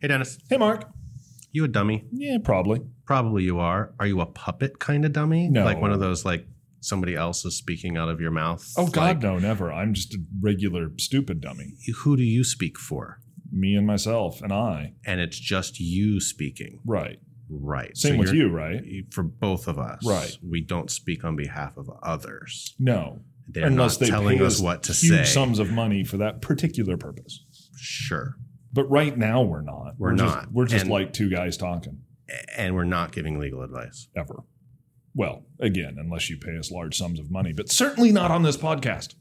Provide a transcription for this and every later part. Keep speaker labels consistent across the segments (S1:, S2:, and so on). S1: Hey, Dennis.
S2: Hey, Mark.
S1: You a dummy?
S2: Yeah, probably.
S1: Probably you are. Are you a puppet kind of dummy?
S2: No.
S1: Like one of those like somebody else is speaking out of your mouth.
S2: Oh, God,
S1: Like,
S2: no, never. I'm just a regular stupid dummy.
S1: Who do you speak for?
S2: Me and myself and I.
S1: And it's just you speaking,
S2: Right.
S1: right?
S2: Same
S1: So
S2: with
S1: you're-
S2: you, right?
S1: For both of us,
S2: Right.
S1: We don't speak on behalf of others.
S2: No.
S1: They're
S2: Unless
S1: not
S2: they
S1: telling
S2: pay
S1: us what to
S2: huge
S1: say.
S2: sums of money for that particular purpose.
S1: sure,
S2: But right now, we're not.
S1: We're
S2: Just,
S1: not.
S2: we're just
S1: And-
S2: like two guys talking
S1: A- and we're not giving legal advice.
S2: ever. Well, again, unless you pay us large sums of money, but certainly not on this podcast.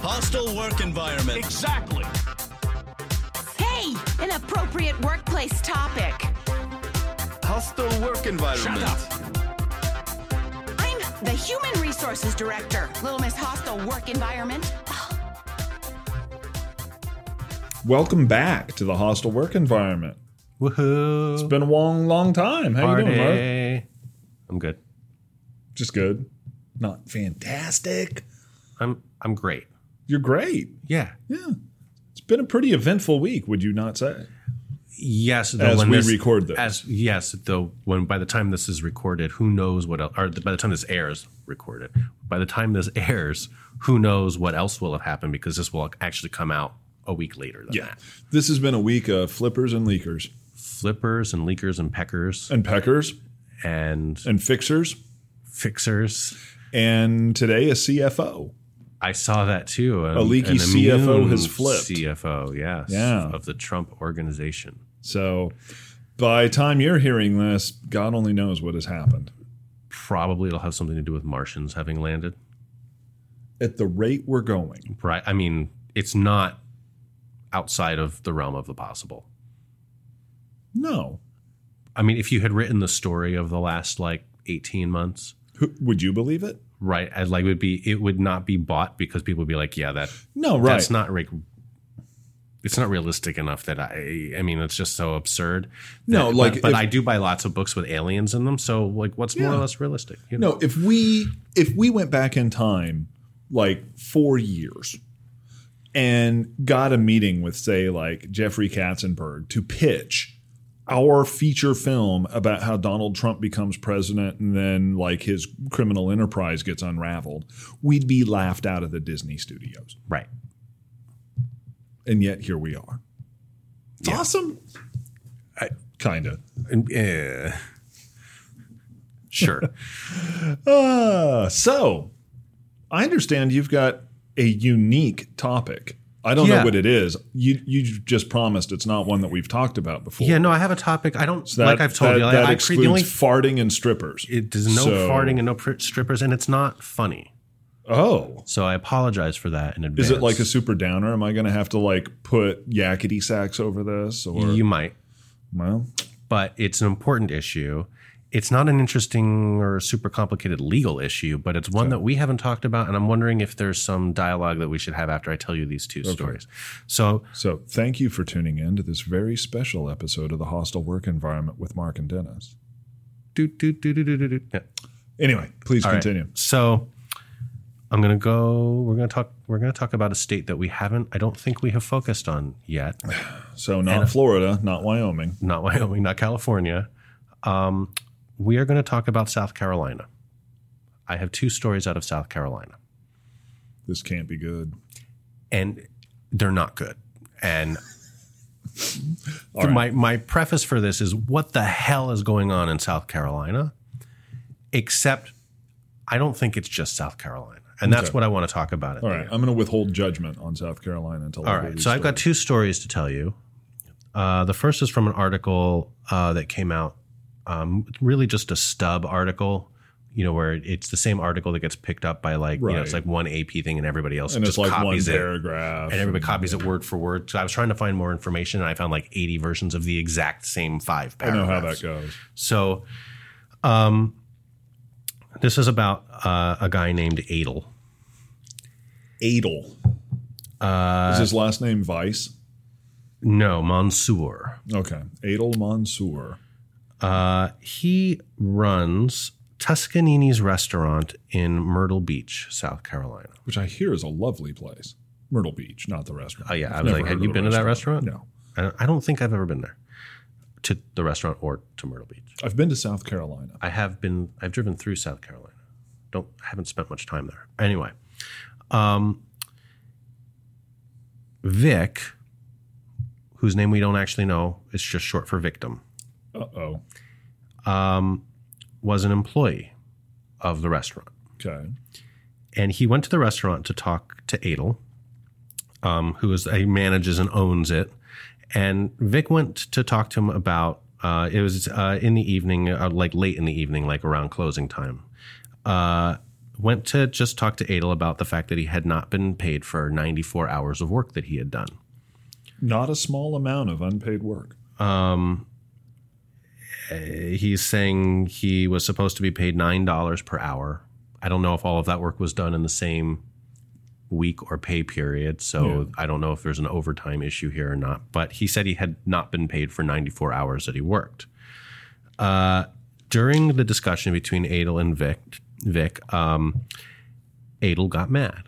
S3: Hostile work environment.
S4: Exactly.
S5: Hey, an appropriate workplace topic.
S3: Hostile work environment.
S4: Shut
S5: I'm the Human Resources Director. Little Miss Hostile Work Environment.
S2: Welcome back to the hostile work environment.
S1: Woohoo!
S2: It's been a long, long time. How you doing, Mark?
S1: I'm good.
S2: Just good. Not fantastic.
S1: I'm I'm great.
S2: You're great.
S1: Yeah.
S2: Yeah. It's been a pretty eventful week, would you not say?
S1: Yes. Though,
S2: As
S1: when
S2: we
S1: this-
S2: record this.
S1: As yes, though when by the time this is recorded, who knows what else? Or by the time this airs, recorded. By the time this airs, who knows what else will have happened because this will actually come out a week later than that.
S2: This has been a week of flippers and leakers
S1: Flippers and leakers and peckers
S2: and peckers
S1: and
S2: and fixers.
S1: fixers.
S2: And today, a CFO.
S1: I saw that too.
S2: A leaky CFO
S1: immune
S2: has flipped.
S1: CFO, yes,
S2: Yeah.
S1: of the Trump organization.
S2: So by the time you're hearing this, God only knows what has happened.
S1: Probably it'll have something to do with Martians having landed.
S2: At the rate we're going,
S1: Right. I mean, it's not outside of the realm of the possible.
S2: no.
S1: I mean, if you had written the story of the last like 18 months,
S2: Who, would you believe it?
S1: right? I'd like it would be it would not be bought because people would be like, yeah, that
S2: No, right.
S1: that's not like it's not realistic enough that I I mean, it's just so absurd.
S2: No,
S1: That-
S2: like
S1: but, but
S2: if-
S1: I do buy lots of books with aliens in them, so like what's more
S2: Yeah.
S1: or less realistic? You know?
S2: no, if we if we went back in time like 4 years and got a meeting with say like Jeffrey Katzenberg to pitch our feature film about how Donald Trump becomes president and then like his criminal enterprise gets unraveled, we'd be laughed out of the Disney studios.
S1: Right.
S2: and yet here we are. It's
S1: Yeah.
S2: awesome. I, kinda.
S1: And, eh. sure.
S2: Uh, so I understand you've got a unique topic. I don't know
S1: Yeah.
S2: what it is. You you just promised it's not one that we've talked about before.
S1: yeah, no, I have a topic. I don't
S2: So that-
S1: like I've told
S2: that,
S1: you. I,
S2: that
S1: I create
S2: excludes
S1: the only
S2: farting and strippers.
S1: it there's no
S2: So-
S1: farting and no pr- strippers, and it's not funny.
S2: oh,
S1: So I apologize for that in advance.
S2: is it like a super downer? Am I going to have to like put yakety sacks over this? Or
S1: You might,
S2: well,
S1: but it's an important issue. It's not an interesting or super complicated legal issue, but it's one that we haven't talked about, and I'm wondering if there's some dialogue that we should have after I tell you these two stories. So
S2: so thank you for tuning in to this very special episode of the Hostile Work Environment with Mark and Dennis.
S1: do do do do do do do. Yeah.
S2: Anyway, please
S1: All right.
S2: continue.
S1: So I'm gonna go. We're gonna talk. We're gonna talk about a state that we haven't. I don't think we have focused on yet.
S2: So not Florida, not Wyoming.
S1: Not Wyoming. Not California. Um, we are gonna talk about South Carolina. I have two stories out of South Carolina.
S2: This can't be good.
S1: and they're not good. And my my preface for this is what the hell is going on in South Carolina? Except I don't think it's just South Carolina. And that's
S2: Okay.
S1: what I want to talk about it.
S2: All right, I'm going to withhold judgment on South Carolina until. I
S1: All
S2: hear
S1: right.
S2: these
S1: So I've got two stories to tell you. Uh, the first is from an article uh, that came out, um, really just a stub article, you know, where it's the same article that gets picked up by like, you know, it's
S2: Right.
S1: like one AP thing and everybody else
S2: stories. and
S1: just
S2: it's like one
S1: copies it.
S2: paragraph.
S1: and everybody copies it word for word. So I was trying to find more information, and I found like 80 versions of the exact same five
S2: I know
S1: paragraphs.
S2: how that goes.
S1: So, um, this is about uh, a guy named Adel.
S2: Adel.
S1: Uh,
S2: Is his last name Vice?
S1: No, Mansoor.
S2: Okay, Adel Mansour.
S1: Uh, he runs Tuscanini's restaurant in Myrtle Beach, South Carolina.
S2: which I hear is a lovely place. Myrtle Beach, not the restaurant.
S1: Oh, yeah.
S2: I've
S1: I was
S2: never
S1: like,
S2: heard
S1: have
S2: of
S1: you
S2: the
S1: been to that restaurant?
S2: No.
S1: I I don't think I've ever been there to the restaurant or to Myrtle Beach.
S2: I've been to South Carolina.
S1: I have been. I've driven through South Carolina. Don't haven't spent much time there. Anyway, um, Vic, whose name we don't actually know, it's just short for victim,
S2: Uh oh.
S1: um, was an employee of the restaurant,
S2: Okay.
S1: and he went to the restaurant to talk to Adel, um, who is he manages and owns it. And Vic went to talk to him about uh, it was uh, in the evening, uh, like late in the evening, like around closing time. Uh, went to just talk to Adel about the fact that he had not been paid for 94 hours of work that he had done.
S2: Not a small amount of unpaid work.
S1: He's saying he was supposed to be paid nine dollars per hour. I don't know if all of that work was done in the same week or pay period, so I don't know if there's an overtime issue here or not. But he said he had not been paid for 94 hours that he worked. Uh, during the discussion between Adel and Vic, Vic, um, Adel got mad.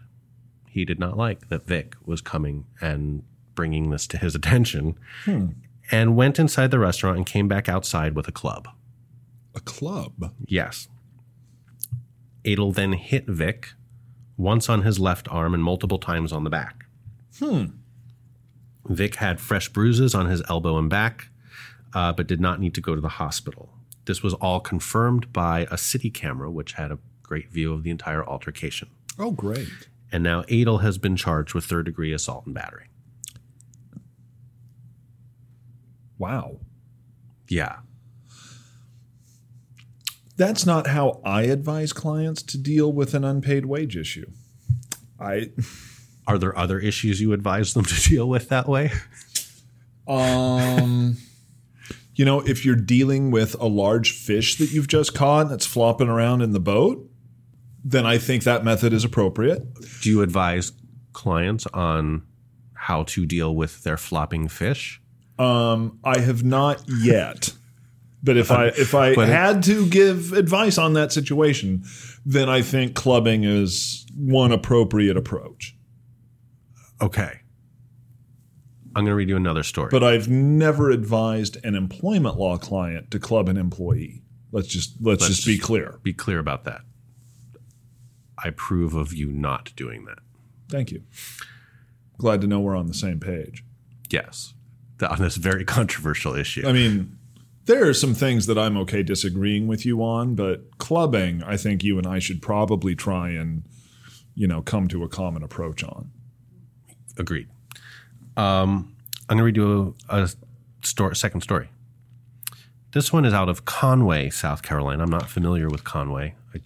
S1: He did not like that Vic was coming and bringing this to his attention, and went inside the restaurant and came back outside with a club.
S2: A club.
S1: Yes. Adel then hit Vic once on his left arm and multiple times on the back. Hmm. Vic had fresh bruises on his elbow and back, uh, but did not need to go to the hospital. This was all confirmed by a city camera, which had a great view of the entire altercation.
S2: Oh, great.
S1: And now Adel has been charged with third degree assault and battery.
S2: Wow.
S1: Yeah.
S2: That's not how I advise clients to deal with an unpaid wage issue. I
S1: Are there other issues you advise them to deal with that way?
S2: Um, you know, if you're dealing with a large fish that you've just caught that's flopping around in the boat, then I think that method is appropriate.
S1: Do you advise clients on how to deal with their flopping fish?
S2: Um, I have not yet. But if I if I
S1: But it-
S2: had to give advice on that situation, then I think clubbing is one appropriate approach.
S1: Okay. I'm going to read you another story.
S2: But I've never advised an employment law client to club an employee. Let's just let's,
S1: Let's
S2: just be clear.
S1: Be clear about that. I approve of you not doing that.
S2: Thank you. Glad to know we're on the same page.
S1: Yes. Th- On this very controversial issue.
S2: I mean, there are some things that I'm okay disagreeing with you on, but clubbing, I think you and I should probably try and, you know, come to a common approach on.
S1: Agreed. Um, I'm going to read you a, a sto- second story. This one is out of Conway, South Carolina. I'm not familiar with Conway. I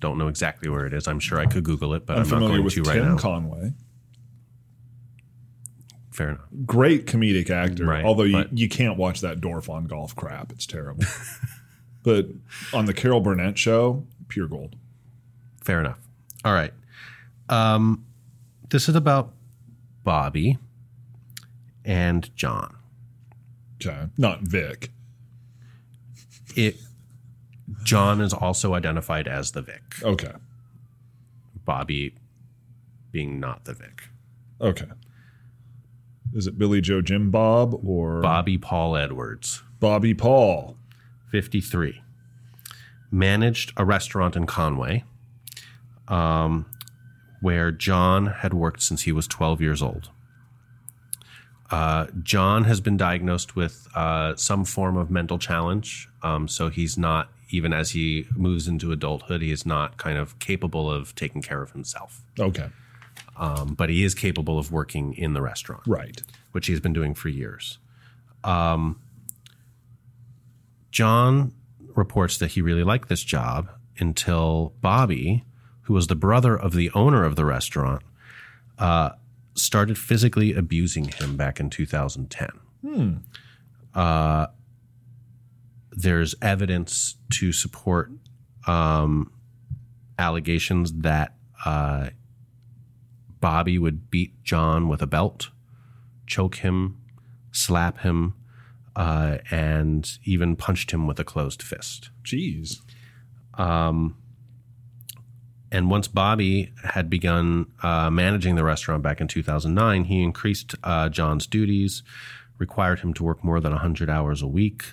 S1: don't know exactly where it is. I'm sure I could Google it, but I'm,
S2: I'm,
S1: not
S2: familiar
S1: going
S2: with
S1: to
S2: Tim
S1: right now.
S2: Conway,
S1: Fair enough.
S2: great comedic actor.
S1: Right,
S2: although you,
S1: but-
S2: you can't watch that Dorf on golf crap; it's terrible. but on the Carol Burnett show, pure gold.
S1: Fair enough. All right. Um, this is about Bobby and John.
S2: Okay, not Vic.
S1: It John is also identified as the Vic.
S2: Okay,
S1: Bobby being not the Vic.
S2: okay. Is it Billy Joe Jim Bob or
S1: Bobby Paul Edwards,
S2: Bobby Paul?
S1: 53. Managed a restaurant in Conway um, where John had worked since he was 12 years old. Uh, John has been diagnosed with uh, some form of mental challenge. Um, so he's not, even as he moves into adulthood, he is not kind of capable of taking care of himself.
S2: Okay,
S1: Um, but he is capable of working in the restaurant,
S2: right.
S1: which he's been doing for years. Um, John reports that he really liked this job until Bobby, who was the brother of the owner of the restaurant, uh, started physically abusing him back in 2010. Uh, there's evidence to support um, allegations that uh, Bobby would beat John with a belt choke him, slap him, uh, and even punched him with a closed fist.
S2: Jeez.
S1: And once Bobby had begun uh, managing the restaurant back in 2009, he increased uh, John's duties, required him to work more than 100 hours a week,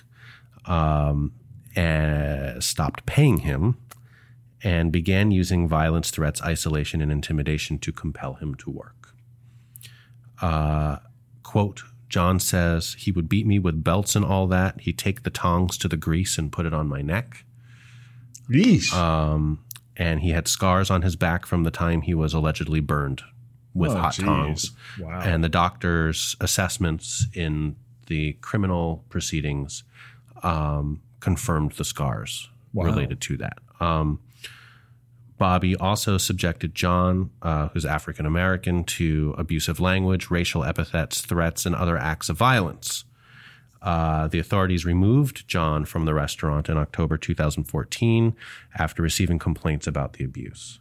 S1: um, and stopped paying him, and began using violence, threats, isolation, and intimidation to compel him to work. Uh, quote, John says he would beat me with belts and all that. He'd take the tongs to the grease and put it on my neck.
S2: Yeesh.
S1: Um, and he had scars on his back from the time he was allegedly burned with
S2: Oh,
S1: hot
S2: geez.
S1: tongs.
S2: Wow.
S1: And the doctor's assessments in the criminal proceedings um, confirmed the scars
S2: Wow.
S1: related to that. Um, Bobby also subjected John, uh, who's African American, to abusive language, racial epithets, threats, and other acts of violence. Uh, the authorities removed John from the restaurant in October 2014 after receiving complaints about the abuse.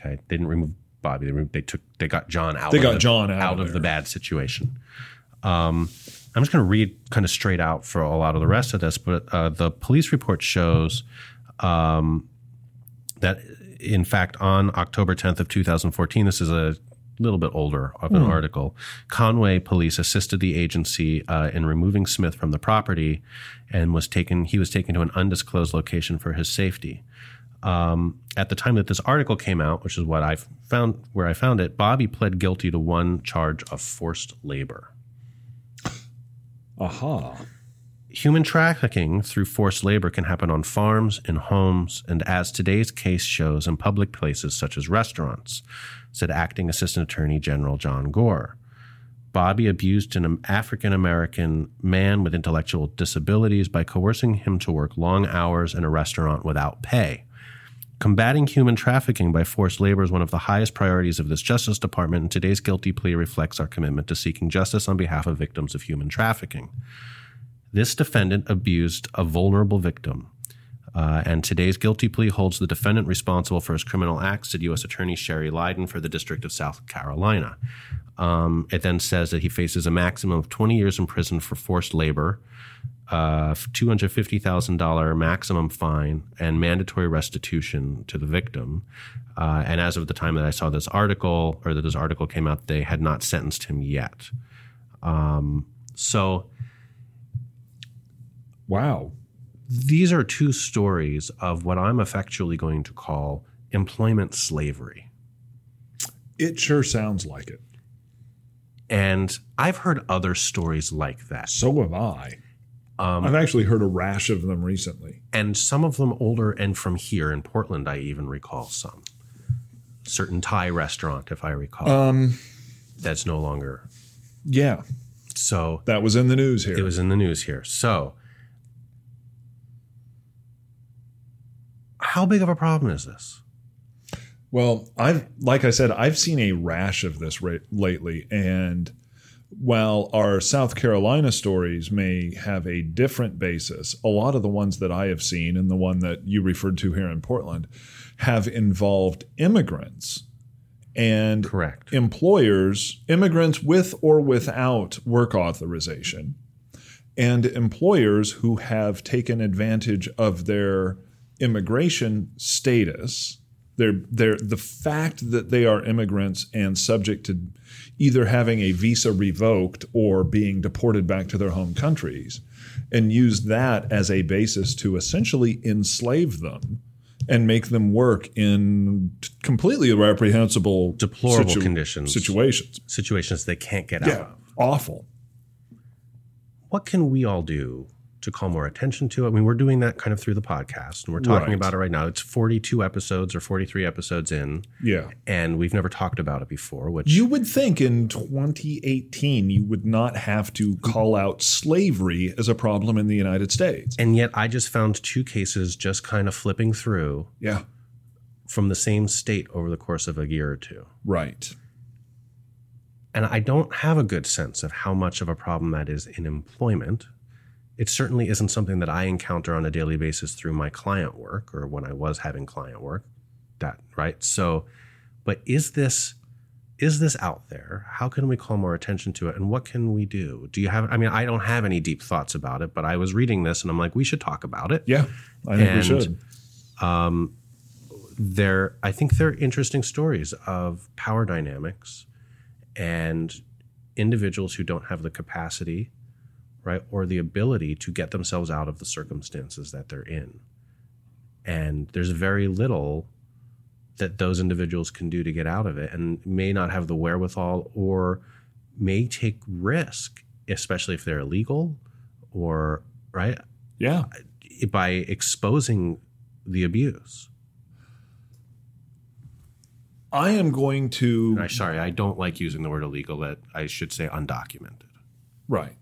S1: Okay, they didn't remove Bobby. They, removed, they took they got John out.
S2: They
S1: of
S2: got
S1: the-
S2: John out
S1: of
S2: of
S1: the
S2: there.
S1: bad situation. Um, I'm just going to read kind of straight out for a lot of the rest of this, but uh, the police report shows um, that, in fact, on October 10th of 2014, this is a little bit older of an article. Conway police assisted the agency uh, in removing Smith from the property, and was taken. He was taken to an undisclosed location for his safety. Um, at the time that this article came out, which is what I found where I found it, Bobby pled guilty to one charge of forced labor.
S2: Aha.
S1: Human trafficking through forced labor can happen on farms, in homes, and as today's case shows, in public places such as restaurants, said Acting Assistant Attorney General John Gore. Bobby abused an African American man with intellectual disabilities by coercing him to work long hours in a restaurant without pay. Combating human trafficking by forced labor is one of the highest priorities of this Justice Department, and today's guilty plea reflects our commitment to seeking justice on behalf of victims of human trafficking. This defendant abused a vulnerable victim. Uh, and today's guilty plea holds the defendant responsible for his criminal acts, said U.S. Attorney Sherry Lyden for the District of South Carolina. Um, it then says that he faces a maximum of 20 years in prison for forced labor, uh, $250,000 maximum fine, and mandatory restitution to the victim. Uh, and as of the time that I saw this article, or that this article came out, they had not sentenced him yet. Um, so.
S2: Wow.
S1: these are two stories of what I'm effectually going to call employment slavery.
S2: It sure sounds like it.
S1: And I've heard other stories like that.
S2: So have I.
S1: Um,
S2: I've actually heard a rash of them recently.
S1: and some of them older and from here in Portland, I even recall some. Certain Thai restaurant, if I recall,
S2: Um,
S1: that's no longer.
S2: yeah,
S1: So
S2: that was in the news here.
S1: it was in the news here. So, how big of a problem is this?
S2: Well, I've like I said, I've seen a rash of this ra- lately, and while our South Carolina stories may have a different basis, a lot of the ones that I have seen and the one that you referred to here in Portland have involved immigrants and
S1: Correct.
S2: employers, immigrants with or without work authorization, and employers who have taken advantage of their immigration status, their their the fact that they are immigrants and subject to either having a visa revoked or being deported back to their home countries, and use that as a basis to essentially enslave them. And make them work in t- completely reprehensible,
S1: Deplorable conditions.
S2: situations.
S1: Situations they can't get out
S2: Yeah,
S1: of.
S2: awful.
S1: what can we all do to call more attention to it? I mean, we're doing that kind of through the podcast and we're talking
S2: Right.
S1: about it right now. It's 42 episodes or 43 episodes in,
S2: Yeah.
S1: and we've never talked about it before, which
S2: You would think in 2018 you would not have to call out slavery as a problem in the United States.
S1: and yet I just found two cases just kind of flipping through
S2: Yeah,
S1: from the same state over the course of a year or two.
S2: right.
S1: And I don't have a good sense of how much of a problem that is in employment. It certainly isn't something that I encounter on a daily basis through my client work or when I was having client work. That right. So, but is this is this out there? How can we call more attention to it? And what can we do? Do you have? I mean, I don't have any deep thoughts about it, but I was reading this and I'm like, we should talk about it.
S2: Yeah, I think we
S1: And-
S2: should.
S1: they're I think they're interesting stories of power dynamics and individuals who don't have the capacity, right, or the ability to get themselves out of the circumstances that they're in. And there's very little that those individuals can do to get out of it and may not have the wherewithal or may take risk, especially if they're illegal or, right,
S2: Yeah.
S1: by exposing the abuse.
S2: I am going to.
S1: I, sorry, I don't like using the word illegal. That I should say undocumented.
S2: Right.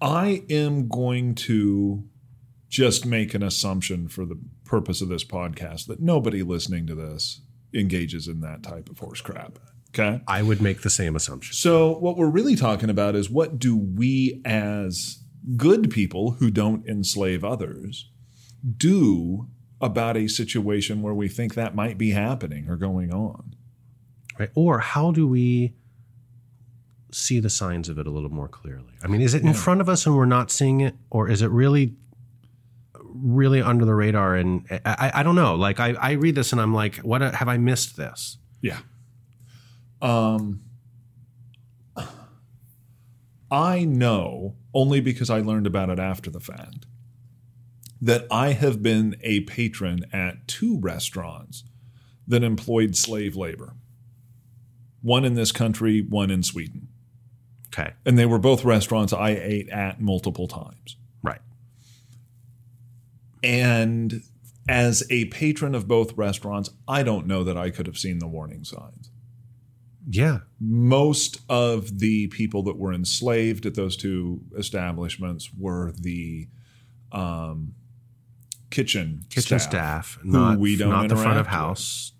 S2: I am going to just make an assumption for the purpose of this podcast that nobody listening to this engages in that type of horse crap. Okay.
S1: I would make the same assumption.
S2: So, what we're really talking about is what do we as good people who don't enslave others do about a situation where we think that might be happening or going on?
S1: Right? Or how do we see the signs of it a little more clearly? I mean, is it in front of us and we're not seeing it, or is it really, really under the radar? And I, I- I don't know. Like I, I read this and I'm like, what have I missed this?
S2: Yeah. Um I know only because I learned about it after the fact that I have been a patron at two restaurants that employed slave labor. One in this country, one in Sweden.
S1: Okay,
S2: And they were both restaurants I ate at multiple times.
S1: right.
S2: And as a patron of both restaurants, I don't know that I could have seen the warning signs.
S1: Yeah,
S2: most of the people that were enslaved at those two establishments were the um, kitchen
S1: kitchen
S2: staff.
S1: staff, not
S2: we don't
S1: not the front of
S2: interact with.
S1: house,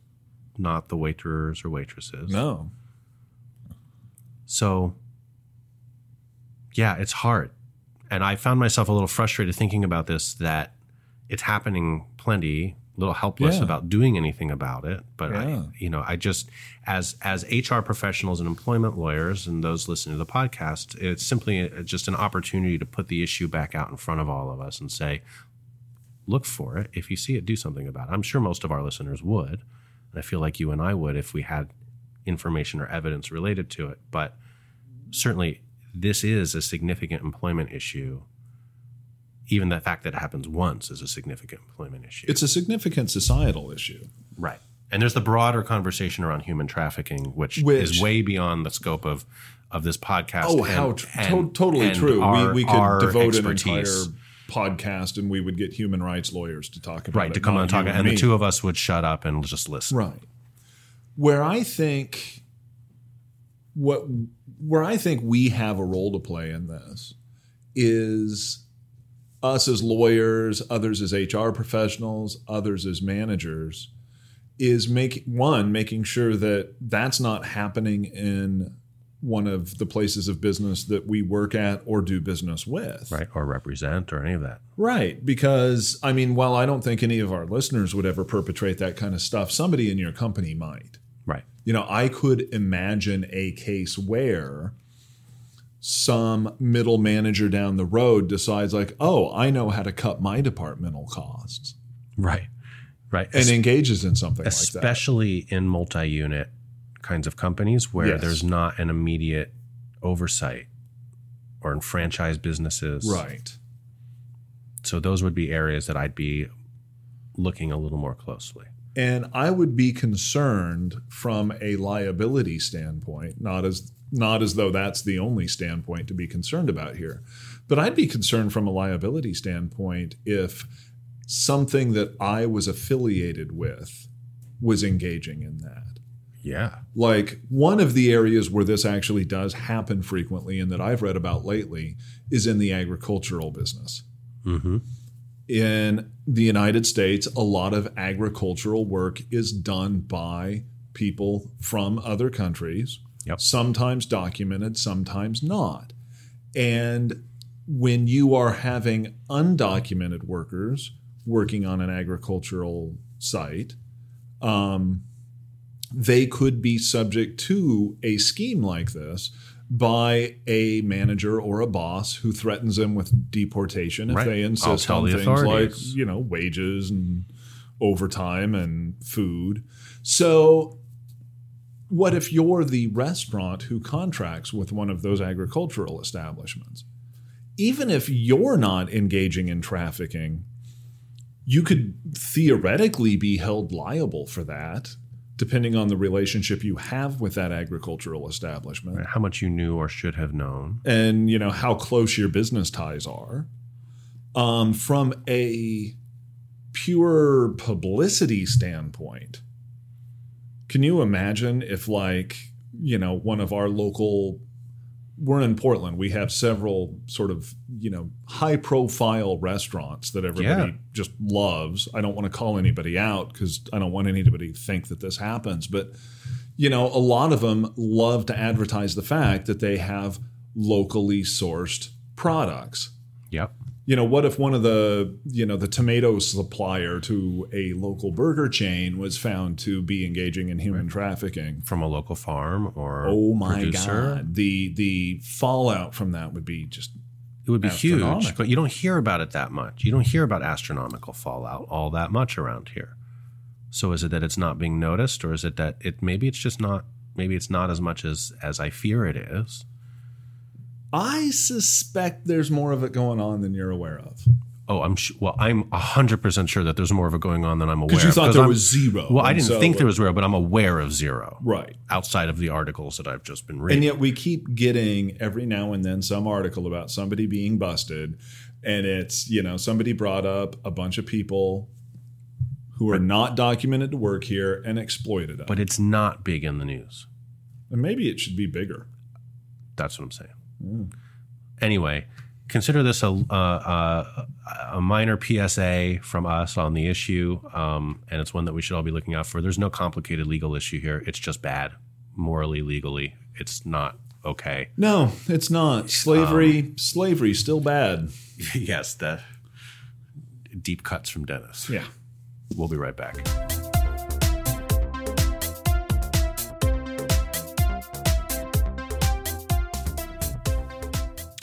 S1: not the waiters or waitresses.
S2: No,
S1: So, yeah, it's hard. And I found myself a little frustrated thinking about this that it's happening plenty, a little helpless
S2: Yeah.
S1: about doing anything about it. But
S2: Yeah.
S1: I, you know, I just as as HR professionals and employment lawyers and those listening to the podcast, it's simply a, just an opportunity to put the issue back out in front of all of us and say, look for it. If you see it, do something about it. I'm sure most of our listeners would. And I feel like you and I would if we had information or evidence related to it. But certainly, this is a significant employment issue. Even the fact that it happens once is a significant employment issue.
S2: it's a significant societal issue.
S1: right. And there's the broader conversation around human trafficking, which,
S2: Which-
S1: is way beyond the scope of of this podcast.
S2: Oh,
S1: and-
S2: how t-
S1: and-
S2: to- totally
S1: and
S2: true.
S1: our-
S2: we, we could
S1: our
S2: devote an
S1: expertise.
S2: entire podcast, and we would get human rights lawyers to talk about
S1: right
S2: it,
S1: to come
S2: not
S1: on and talk,
S2: you
S1: and the
S2: me.
S1: two of us would shut up and just listen.
S2: Right. Where I think what where I think we have a role to play in this is us as lawyers, others as HR professionals, others as managers is make one making sure that that's not happening in one of the places of business that we work at or do business with.
S1: right, or represent or any of that.
S2: Right. Because, I mean, while I don't think any of our listeners would ever perpetrate that kind of stuff, somebody in your company might.
S1: Right.
S2: You know, I could imagine a case where some middle manager down the road decides, like, oh, I know how to cut my departmental costs
S1: Right. Right.
S2: and engages in something like that.
S1: especially in multi-unit kinds of companies where
S2: Yes.
S1: there's not an immediate oversight or in franchise businesses
S2: Right.
S1: so those would be areas that i'd be looking a little more closely
S2: And I would be concerned from a liability standpoint, not as not as though that's the only standpoint to be concerned about here. But I'd be concerned from a liability standpoint if something that I was affiliated with was engaging in that.
S1: yeah
S2: Like one of the areas where this actually does happen frequently and that I've read about lately is in the agricultural business
S1: mm-hmm.
S2: in the United States, a lot of agricultural work is done by people from other countries,
S1: Yep.
S2: sometimes documented, sometimes not. And when you are having undocumented workers working on an agricultural site, um, they could be subject to a scheme like this by a manager or a boss who threatens them with deportation if
S1: Right.
S2: they
S1: I'll
S2: insist
S1: tell
S2: on
S1: the
S2: things like
S1: authorities.
S2: you know wages and overtime and food. So what if you're the restaurant who contracts with one of those agricultural establishments? Even if you're not engaging in trafficking, you could theoretically be held liable for that, depending on the relationship you have with that agricultural establishment
S1: How much you knew or should have known.
S2: and you know how close your business ties are um, from a pure publicity standpoint can you imagine if like you know one of our local we're in portland we have several sort of you know high profile restaurants that everybody
S1: Yeah.
S2: just loves i don't want to call anybody out because i don't want anybody to think that this happens but you know, a lot of them love to advertise the fact that they have locally sourced products.
S1: Yep.
S2: You know, what if one of the, you know, the tomato supplier to a local burger chain was found to be engaging in human trafficking?
S1: From a local farm or
S2: Oh my
S1: producer.
S2: god. The the fallout from that would be just
S1: It would be huge,
S2: Astronomical.
S1: but you don't hear about it that much. You don't hear about astronomical fallout all that much around here. So is it that it's not being noticed, or is it that it maybe it's just not maybe it's not as much as as I fear it is?
S2: I suspect there's more of it going on than you're aware of.
S1: Oh, I'm sh- well, I'm hundred percent sure that there's more of it going on than I'm aware.
S2: Because you
S1: of,
S2: thought there
S1: I'm-
S2: was zero.
S1: Well, I
S2: and
S1: didn't
S2: so-
S1: think there was zero, but I'm aware of zero.
S2: Right.
S1: Outside of the articles that I've just been
S2: And
S1: reading,
S2: yet we keep getting every now and then some article about somebody being busted. And it's, you know, somebody brought up a bunch of people who are not documented to work here and exploited them.
S1: but it's not big in the news.
S2: and maybe it should be bigger.
S1: That's what I'm saying. Anyway, consider this a, uh, uh, a minor PSA from us on the issue, um, and it's one that we should all be looking out for. There's no complicated legal issue here. It's just bad, morally, legally. It's not okay.
S2: No, Um, it's not. Slavery, slavery, still bad.
S1: yes, the deep cuts from Dennis.
S2: Yeah.
S1: We'll be right back.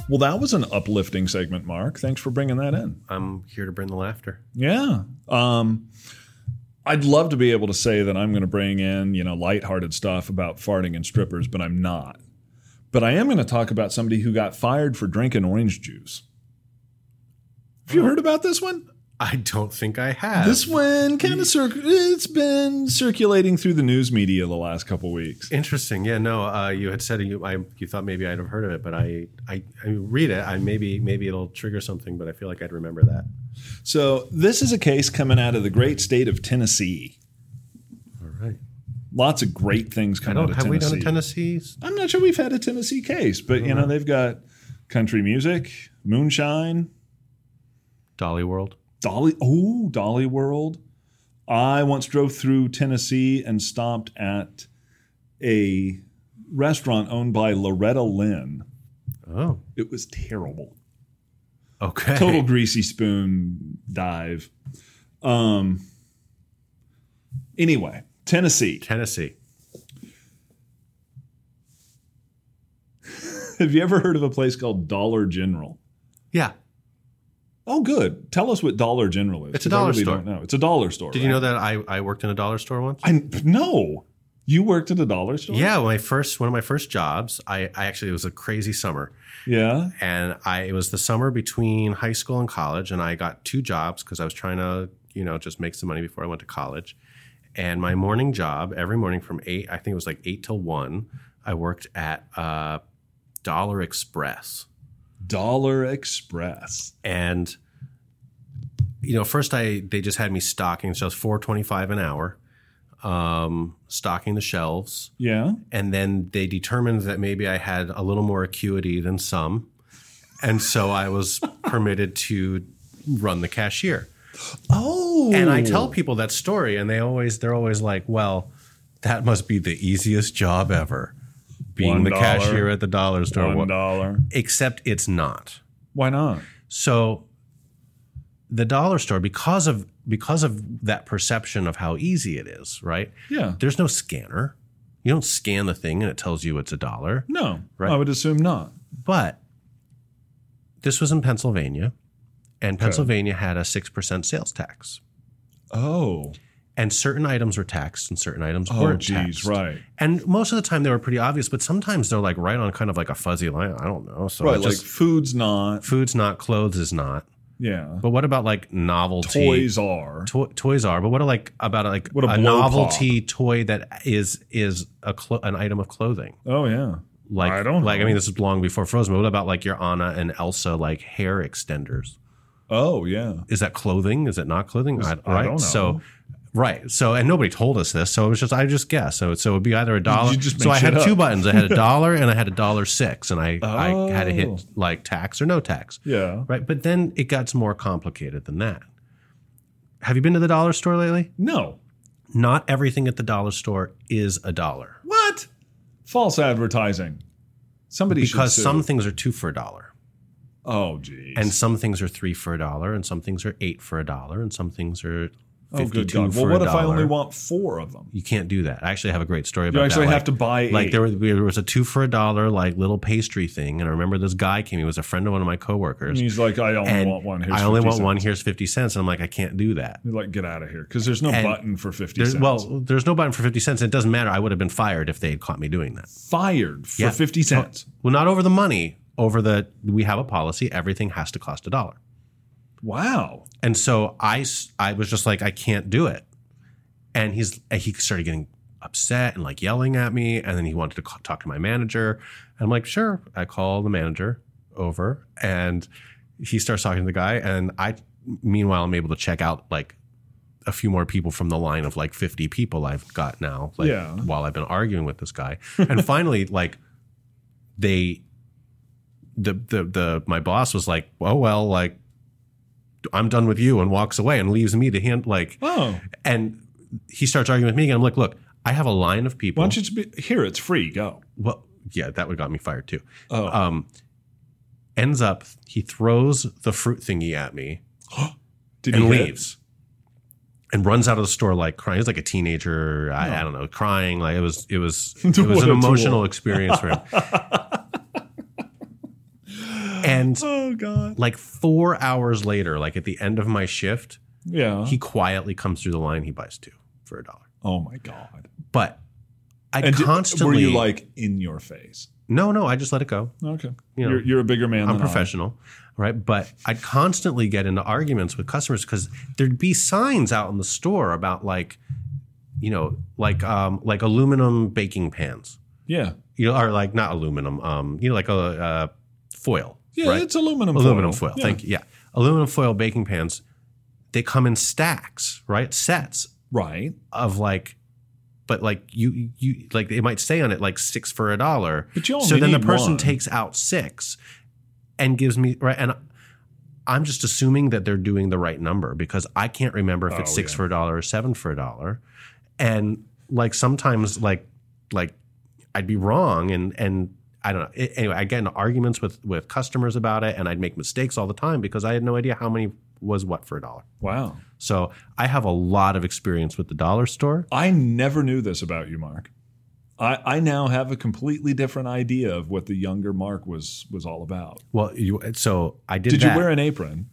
S2: Well, that was an uplifting segment, Mark. Thanks for bringing that in.
S1: I'm here to bring the laughter.
S2: Yeah. Um, I'd love to be able to say that I'm going to bring in, you know, lighthearted stuff about farting and strippers, but I'm not. But I am going to talk about somebody who got fired for drinking orange juice. Have you heard about this one?
S1: I don't think I have.
S2: This one kind of cir- it's been circulating through the news media the last couple weeks.
S1: Interesting. Yeah, no, uh, you had said you I, you thought maybe I'd have heard of it, but I, I I read it. I maybe maybe it'll trigger something, but I feel like I'd remember that.
S2: So, this is a case coming out of the great state of Tennessee.
S1: All right.
S2: Lots of great things
S1: I
S2: coming
S1: don't
S2: out of
S1: have we
S2: Tennessee.
S1: done a Tennessee?
S2: I'm not sure we've had a Tennessee case, but
S1: Uh-huh.
S2: you know they've got country music, moonshine,
S1: Dolly World.
S2: Dolly. Oh, Dolly World. I once drove through Tennessee and stopped at a restaurant owned by Loretta Lynn.
S1: Oh,
S2: It was terrible.
S1: okay.
S2: Total greasy spoon dive. Um. Anyway, Tennessee.
S1: Tennessee.
S2: Have you ever heard of a place called Dollar General?
S1: Yeah.
S2: Oh, good. Tell us what Dollar General is.
S1: It's a
S2: 'cause I
S1: dollar
S2: really
S1: store.
S2: Don't know. It's a dollar store.
S1: Did you know that I I worked in a dollar store once?
S2: I no. You worked at a dollar store.
S1: yeah, my first one of my first jobs. I, I actually it was a crazy summer.
S2: Yeah.
S1: and I it was the summer between high school and college, and I got two jobs because I was trying to you know just make some money before I went to college. And my morning job every morning from eight, I think it was like eight till one, I worked at uh, Dollar Express,
S2: Dollar Express.
S1: and you know first I they just had me stocking, so it was four twenty five an hour, um, stocking the shelves
S2: Yeah.
S1: and then they determined that maybe I had a little more acuity than some, and so I was permitted to run the cashier.
S2: Oh.
S1: And I tell people that story, and they always they're always like, "Well, that must be the easiest job ever, being
S2: One
S1: the
S2: dollar.
S1: cashier at the dollar store."
S2: one dollar.
S1: Except it's not.
S2: Why not?
S1: So the dollar store, because of because of that perception of how easy it is, right?
S2: Yeah.
S1: There's no scanner. You don't scan the thing and it tells you it's a dollar.
S2: No.
S1: Right.
S2: I would assume not.
S1: But this was in Pennsylvania, and Pennsylvania had a 6% sales tax.
S2: Oh.
S1: and certain items were taxed and certain items
S2: Oh,
S1: weren't
S2: geez,
S1: taxed.
S2: right.
S1: And most of the time they were pretty obvious, but sometimes they're like right on kind of like a fuzzy line. I don't know. So
S2: Right,
S1: it
S2: like
S1: just,
S2: food's not.
S1: food's not, clothes is not.
S2: Yeah.
S1: But what about like novelty?
S2: Toys are.
S1: to- toys are, but what are like about like
S2: What a
S1: a,
S2: blow
S1: novelty toy that is is a clo- an item of clothing?
S2: Oh, yeah.
S1: Like
S2: I don't
S1: like
S2: know.
S1: I mean this is long before Frozen. But what about like your Anna and Elsa like hair extenders?
S2: Oh, yeah.
S1: Is that clothing? Is it not clothing? I,
S2: I
S1: right.
S2: don't know.
S1: So right. So and nobody told us this. So it was just I just guessed. So so it would be either a dollar.
S2: you just
S1: so
S2: make
S1: I had
S2: shit up.
S1: two buttons. I had a dollar and I had a dollar six, and I I had to
S2: Oh.
S1: hit like tax or no tax.
S2: Yeah.
S1: Right. But then it gets more complicated than that. Have you been to the dollar store lately?
S2: No.
S1: not everything at the dollar store is a dollar
S2: What? False advertising. Somebody
S1: because
S2: should sue.
S1: some things are two for a dollar
S2: Oh, geez.
S1: and some things are three for a dollar and some things are eight for a dollar and some things are
S2: oh, good
S1: 52
S2: God.
S1: for
S2: Well, what
S1: a
S2: if I only
S1: dollar.
S2: want four of them?
S1: you can't do that i actually have a great story about
S2: You actually
S1: that.
S2: have to buy eight.
S1: like there was, there was a two for a dollar like little pastry thing and i remember this guy came he was a friend of one of my
S2: and
S1: coworkers
S2: he's like, I only
S1: and
S2: want one. Here's
S1: i only
S2: 50
S1: want one
S2: cents.
S1: here's 50 cents and i'm like i can't do that
S2: You're like, get out of here. Because there's no
S1: And
S2: button for 50
S1: There's-
S2: cents.
S1: well there's no button for 50 cents and it doesn't matter i would have been fired if they had caught me doing that
S2: fired for
S1: Yeah.
S2: 50 cents.
S1: Well, not over the money, over the we have a policy, everything has to cost a dollar.
S2: Wow.
S1: And so I s- I was just like I can't do it. And he's and he started getting upset and like yelling at me and then he wanted to ca- talk to my manager. And I'm like, "Sure." I call the manager over and he starts talking to the guy and I meanwhile I'm able to check out like a few more people from the line of like 50 people I've got now like
S2: Yeah.
S1: while I've been arguing with this guy. And finally like they the the the my boss was like, "Oh well, like I'm done with you," and walks away and leaves me to hand like.
S2: Oh.
S1: And he starts arguing with me again. I'm like, "Look, I have a line of people."
S2: Why don't you just be here? It's free. Go.
S1: well, yeah, that would got me fired too.
S2: Oh.
S1: Um, ends up he throws the fruit thingy at me
S2: Did
S1: and
S2: hit?
S1: leaves. And runs out of the store like crying. He's like a teenager. I, I don't know, crying. Like it was, it was, it was
S2: What
S1: an
S2: a
S1: emotional
S2: tool.
S1: experience for him. and
S2: Oh, God.
S1: like four hours later, like at the end of my shift,
S2: Yeah.
S1: he quietly comes through the line. He buys two for a dollar.
S2: oh, my God.
S1: But I
S2: And did-
S1: constantly
S2: were you like in your face?
S1: no, no. I just let it go.
S2: Okay.
S1: You know,
S2: you're, you're a bigger man
S1: I'm
S2: than I.
S1: professional, right? But I'd constantly get into arguments with customers because there'd be signs out in the store about like, you know, like um like aluminum baking pans,
S2: Yeah.
S1: you know, or like not aluminum, um, you know, like a uh, foil,
S2: Yeah,
S1: right?
S2: it's aluminum
S1: aluminum foil.
S2: Yeah.
S1: Thank you. Yeah, aluminum foil baking pans. They come in stacks, right? Sets
S2: Right.
S1: of like, but like you you like it might say on it like six for a dollar.
S2: But you only
S1: So then the
S2: need
S1: person
S2: one.
S1: takes out six and gives me right and. I'm just assuming that they're doing the right number because I can't remember if it's
S2: Oh,
S1: six
S2: yeah.
S1: for a dollar or seven for a dollar, and like sometimes like like I'd be wrong and and I don't know. A- Anyway, I get into arguments with with customers about it, and I'd make mistakes all the time because I had no idea how many was what for a dollar.
S2: Wow.
S1: So I have a lot of experience with the dollar store.
S2: I never knew this about you, Mark. I, I now have a completely different idea of what the younger Mark was was all about.
S1: Well, you, so I did.
S2: Did,
S1: that.
S2: you wear an apron?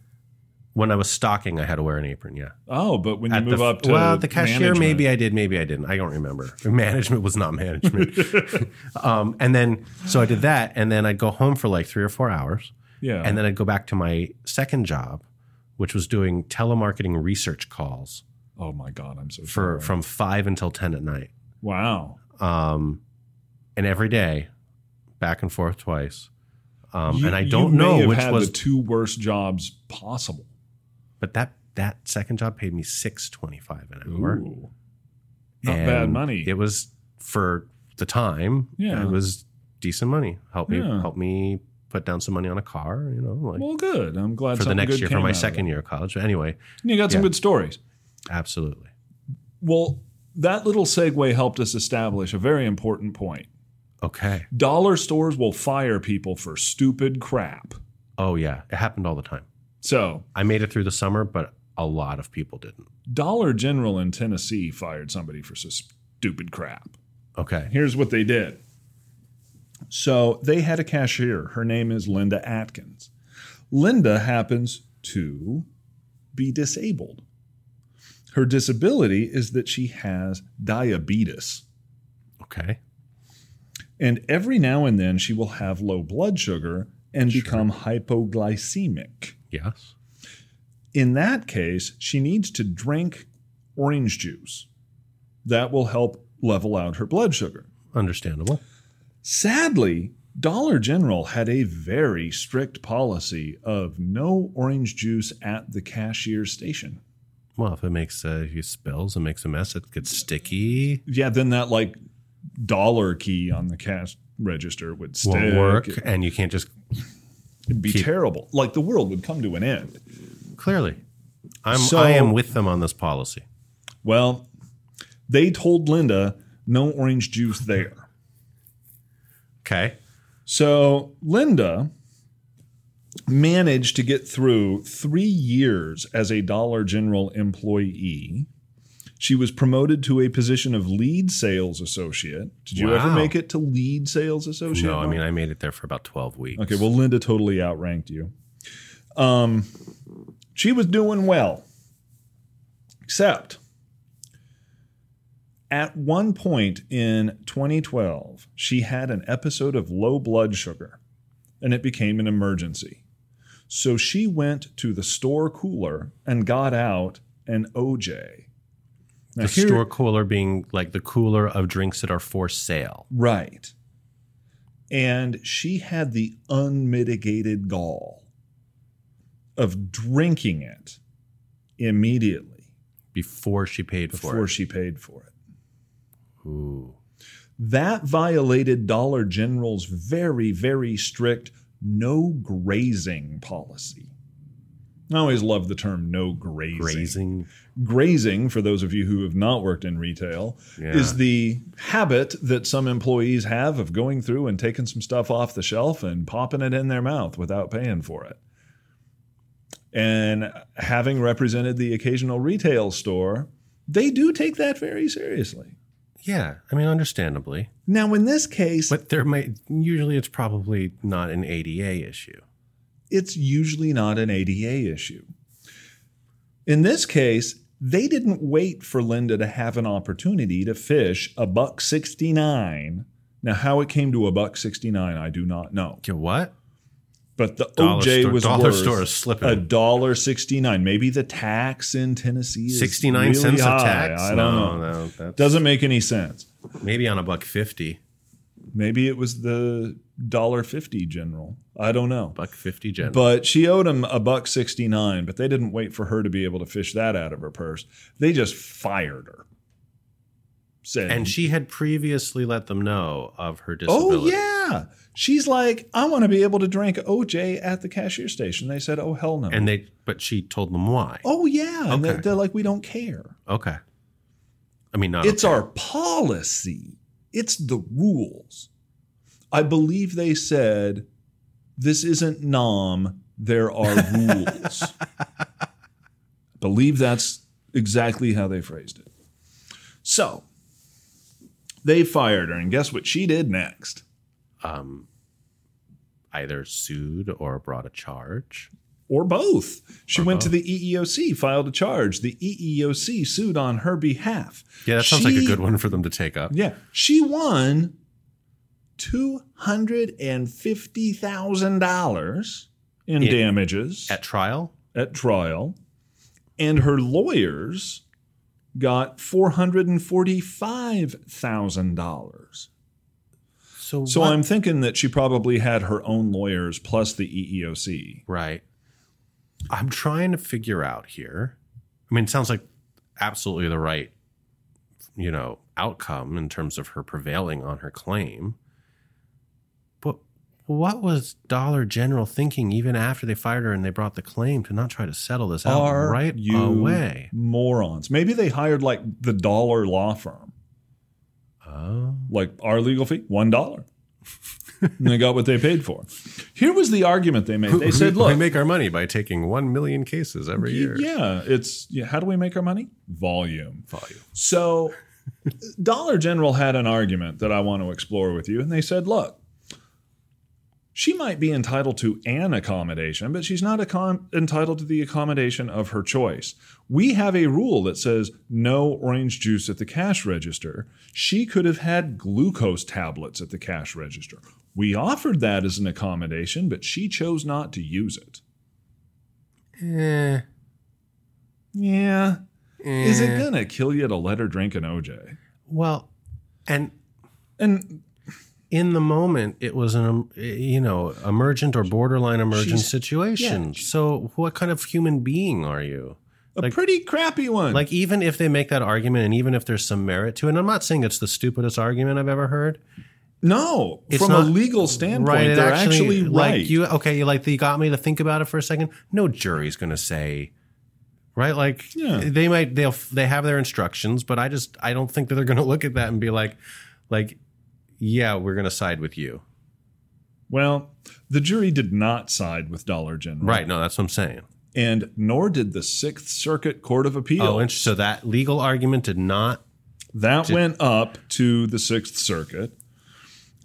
S1: when I was stocking? I had to wear an apron. Yeah.
S2: Oh, but when you
S1: At
S2: move
S1: the,
S2: up to
S1: well, the cashier.
S2: management-
S1: Maybe I did. Maybe I didn't. I don't remember. Management was not management. um, and then so I did that, and then I'd go home for like three or four hours,
S2: yeah,
S1: and then I'd go back to my second job, which was doing telemarketing research calls
S2: oh my god, I'm so
S1: for
S2: sorry.
S1: from five until ten at night.
S2: wow.
S1: um, and every day, back and forth twice. Um,
S2: You-
S1: and I
S2: you
S1: don't
S2: may
S1: know
S2: have
S1: which
S2: had
S1: was,
S2: the two worst jobs possible.
S1: but that that second job paid me six twenty five an hour.
S2: Ooh. not bad money.
S1: It was for the time.
S2: Yeah.
S1: it was decent money. Help me
S2: Yeah.
S1: help me put down some money on a car. You know, like
S2: Well, good. I'm glad
S1: for the
S2: something
S1: next
S2: good
S1: year for
S2: came
S1: my
S2: out of
S1: second
S2: it.
S1: year of college. But anyway,
S2: And you got some
S1: Yeah.
S2: good stories.
S1: absolutely.
S2: Well, that little segue helped us establish a very important point.
S1: Okay.
S2: Dollar stores will fire people for stupid crap.
S1: Oh yeah, it happened all the time.
S2: So,
S1: I made it through the summer, but a lot of people didn't.
S2: Dollar General in Tennessee fired somebody for some stupid crap.
S1: Okay.
S2: Here's what they did. So they had a cashier. Her name is Linda Atkins. Linda happens to be disabled. Her disability is that she has diabetes.
S1: Okay.
S2: And every now and then she will have low blood sugar and become hypoglycemic.
S1: Yes.
S2: In that case, she needs to drink orange juice. That will help level out her blood sugar.
S1: Understandable.
S2: Sadly, Dollar General had a very strict policy of no orange juice at the cashier station.
S1: Well, if it makes uh, if you spills and makes a mess, it gets sticky.
S2: Yeah, then that like dollar key on the cash register would stick.
S1: Won't work,
S2: It'd
S1: and you can't just
S2: be terrible. Like the world would come to an end.
S1: clearly. I'm
S2: So-
S1: I am with them on this policy.
S2: Well, they told Linda no orange juice there.
S1: Okay.
S2: So Linda managed to get through three years as a Dollar General employee. She was promoted to a position of lead sales associate. Did you ever
S1: Wow.
S2: make it to lead sales associate?
S1: No, I
S2: Mark?
S1: mean I made it there for about twelve weeks.
S2: Okay, well, Linda totally outranked you. Um, she was doing well, except at one point in 2012, she had an episode of low blood sugar and it became an emergency. So she went to the store cooler and got out an OJ. Now
S1: the
S2: here-
S1: store cooler being like the cooler of drinks that are for sale.
S2: Right. And she had the unmitigated gall of drinking it immediately
S1: before she paid for
S2: before
S1: it.
S2: she paid for it.
S1: Ooh.
S2: That violated Dollar General's very, very strict no grazing policy. I always love the term no
S1: Grazing.
S2: grazing, for those of you who have not worked in retail,
S1: Yeah.
S2: is the habit that some employees have of going through and taking some stuff off the shelf and popping it in their mouth without paying for it. And having represented the occasional retail store, they do take that very seriously.
S1: Yeah, I mean, understandably,
S2: Now, in this case,
S1: but there might usually it's probably not an ADA issue.
S2: it's usually not an ADA issue. In this case, they didn't wait for Linda to have an opportunity to fish a buck 69. Now, how it came to a buck 69, I do not know.
S1: Yeah, what?
S2: But the
S1: Dollar
S2: OJ
S1: store-
S2: was
S1: dollar
S2: worth
S1: store is slipping.
S2: a dollar 69. Maybe the tax in Tennessee is
S1: Sixty nine
S2: really
S1: cents
S2: high.
S1: of tax?
S2: I don't
S1: no,
S2: know.
S1: No, that's
S2: Doesn't make any sense.
S1: maybe on a buck fifty,
S2: Maybe it was the dollar 50 general. I don't know.
S1: buck fifty general.
S2: But she owed him a buck 69, but they didn't wait for her to be able to fish that out of her purse. They just fired her. Said,
S1: and she had previously let them know of her
S2: Oh,
S1: disability.
S2: yeah. She's like, I want to be able to drink OJ at the cashier station. They said, Oh, hell no.
S1: and they but she told them why.
S2: oh, yeah. And
S1: Okay.
S2: they, are like, We don't care.
S1: Okay, I mean, not
S2: It's our policy, it's the rules. I believe they said, This isn't NOM, there are rules. believe that's exactly how they phrased it. So they fired her, and guess what she did next?
S1: um, either sued or brought a charge.
S2: Or both. She went
S1: Uh-huh.
S2: to the E EEOC, filed a charge. The E EEOC sued on her behalf.
S1: Yeah, that sounds like a
S2: She-
S1: good one for them to take up.
S2: Yeah. She won $250,000 in
S1: In-
S2: damages
S1: At trial,
S2: at trial, and her lawyers got four hundred and forty-five thousand dollars.
S1: so
S2: So
S1: what-
S2: I'm thinking that she probably had her own lawyers plus the E EEOC.
S1: Right. I'm trying to figure out here. I mean, it sounds like absolutely the right, you know, outcome in terms of her prevailing on her claim. But what was Dollar General thinking even after they fired her and they brought the claim to not try to settle this out
S2: Are
S1: right
S2: you
S1: away?
S2: morons? Maybe they hired like the dollar law firm.
S1: Oh,
S2: like our legal fee one dollar and they got what they paid for here was the argument they made they said
S1: we,
S2: look
S1: we make our money by taking one million cases every year.
S2: yeah it's yeah, how do we make our money volume
S1: Volume.
S2: so dollar general had an argument that i want to explore with you and they said look she might be entitled to an accommodation, but she's not accom- entitled to the accommodation of her choice. We have a rule that says no orange juice at the cash register. She could have had glucose tablets at the cash register. We offered that as an accommodation, but she chose not to use it.
S1: Eh,
S2: Yeah. Is it going to kill you to let her drink an OJ?
S1: well, and
S2: And
S1: in the moment, it was an um, you know emergent or borderline emergent
S2: She's-
S1: situation.
S2: yeah,
S1: so, what kind of human being are you?
S2: a
S1: Like-
S2: pretty crappy one.
S1: Like, even if they make that argument, and even if there's some merit to it, and I'm not saying it's the stupidest argument I've ever heard.
S2: no,
S1: It's
S2: from
S1: not
S2: a legal standpoint,
S1: it
S2: they're actually, right.
S1: Like you, okay, you like you got me to think about it for a second. No jury's going to say, right? Like
S2: Yeah.
S1: they might they'll they have their instructions, but I just I don't think that they're going to look at that and be like, like, yeah, we're going to side with you,
S2: Well, the jury did not side with Dollar General.
S1: right? No, that's what I'm saying.
S2: And nor did the Sixth Circuit Court of Appeal.
S1: Oh, and so that legal argument did not.
S2: that went up to the Sixth Circuit.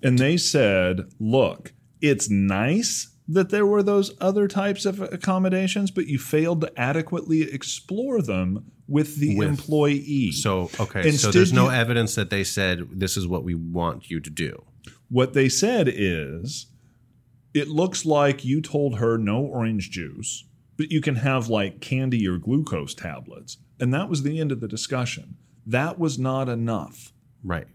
S2: And they said, look, it's nice that there were those other types of accommodations, but you failed to adequately explore them with the
S1: With.
S2: employee.
S1: So okay, so
S2: Instead,
S1: there's no
S2: you-
S1: evidence that they said this is what we want you to do.
S2: What they said is, it looks like you told her no orange juice, but you can have like candy or glucose tablets. And that was the end of the discussion. That was not enough.
S1: Right.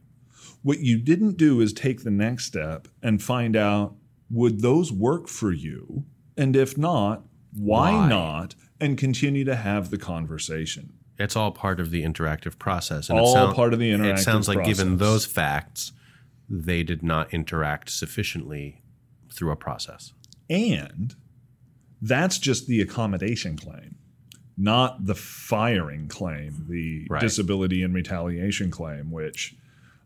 S2: What you didn't do is take the next step and find out would those work for you? And if not, why,
S1: Why?
S2: not? And continue to have the conversation.
S1: It's all part of the interactive process. And
S2: All
S1: sound-
S2: part of the
S1: It
S2: interactive
S1: sounds like given
S2: process.
S1: those facts, they did not interact sufficiently through a process.
S2: And that's just the accommodation claim, not the firing claim, the
S1: Right.
S2: disability and retaliation claim, which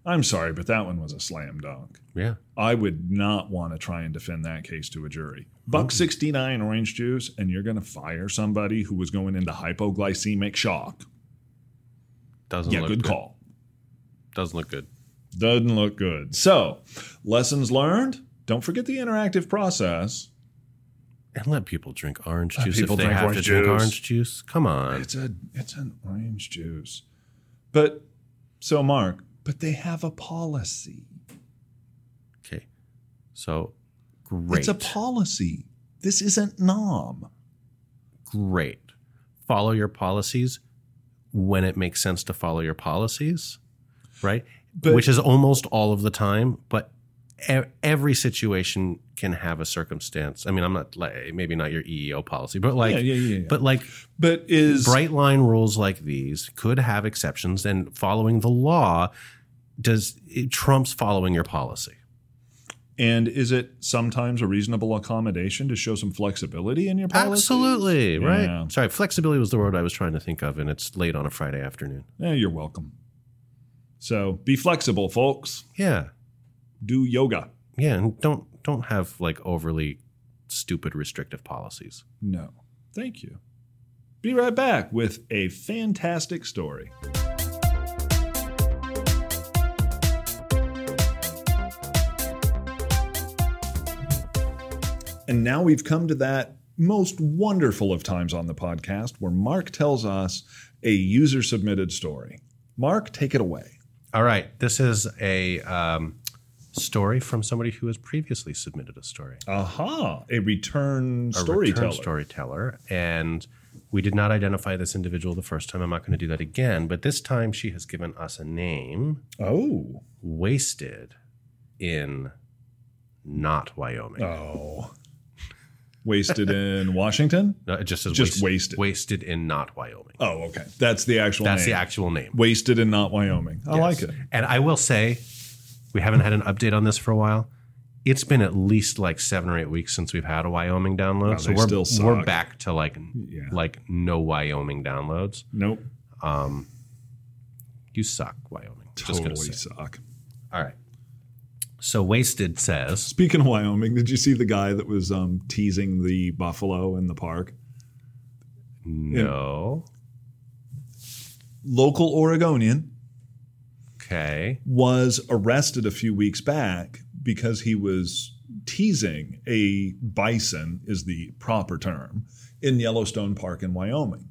S2: I'm sorry, but that one was a slam dunk.
S1: Yeah.
S2: I would not want to try and defend that case to a jury.
S1: Mm-hmm.
S2: Buck 69 orange juice, and you're going to fire somebody who was going into hypoglycemic shock.
S1: Doesn't
S2: Yeah,
S1: look
S2: good call.
S1: Doesn't look good.
S2: Doesn't look good. So, lessons learned. Don't forget the interactive process.
S1: And let people drink orange
S2: Let
S1: juice if
S2: people
S1: they
S2: drink
S1: have to
S2: orange
S1: drink
S2: juice.
S1: orange juice. Come on.
S2: It's a it's an orange juice. But so Mark, but they have a policy.
S1: Okay. So great.
S2: It's a policy. This isn't nom.
S1: great. Follow your policies when it makes sense to follow your policies, right?
S2: But-
S1: Which is almost all of the time, but e- every situation can have a circumstance. I mean, I'm not like maybe not your EEO policy, but like,
S2: Yeah, yeah, yeah, yeah.
S1: but like
S2: But is
S1: bright line rules like these could have exceptions, and following the law does it trumps following your policy.
S2: and is it sometimes a reasonable accommodation to show some flexibility in your policy?
S1: Absolutely, right?
S2: Yeah.
S1: Sorry, flexibility was the word I was trying to think of, and it's late on a Friday afternoon.
S2: Yeah, you're welcome. So be flexible, folks.
S1: Yeah.
S2: Do yoga.
S1: Yeah, and don't don't have like overly stupid restrictive policies.
S2: No. Thank you. Be right back with a fantastic story. And now we've come to that most wonderful of times on the podcast where Mark tells us a user submitted story. Mark, take it away.
S1: All right, this is a um, story from somebody who has previously submitted a story,
S2: Aha, a return
S1: a
S2: storyteller.
S1: return storyteller, and we did not identify this individual the first time. I'm not going to do that again, but this time she has given us a name,
S2: Oh.
S1: wasted in not Wyoming.
S2: Oh. Wasted in Washington?
S1: No, it just says
S2: Just
S1: waste-
S2: wasted.
S1: wasted in not Wyoming.
S2: Oh, okay. That's the actual
S1: That's
S2: name.
S1: the actual name.
S2: Wasted and not Wyoming. I
S1: Yes.
S2: like it.
S1: And I will say, we haven't had an update on this for a while. It's been at least like seven or eight weeks since we've had a Wyoming download,
S2: Wow,
S1: so
S2: they
S1: we're
S2: still suck.
S1: we're back to like
S2: Yeah.
S1: like no Wyoming downloads.
S2: Nope.
S1: Um, you suck, Wyoming. Just
S2: totally
S1: gonna say.
S2: suck.
S1: All right. So wasted says
S2: Speaking of Wyoming, did you see the guy that was um, teasing the buffalo in the park?
S1: no.
S2: Local Oregonian
S1: Okay.
S2: was arrested a few weeks back because he was teasing a bison is the proper term in Yellowstone Park in Wyoming.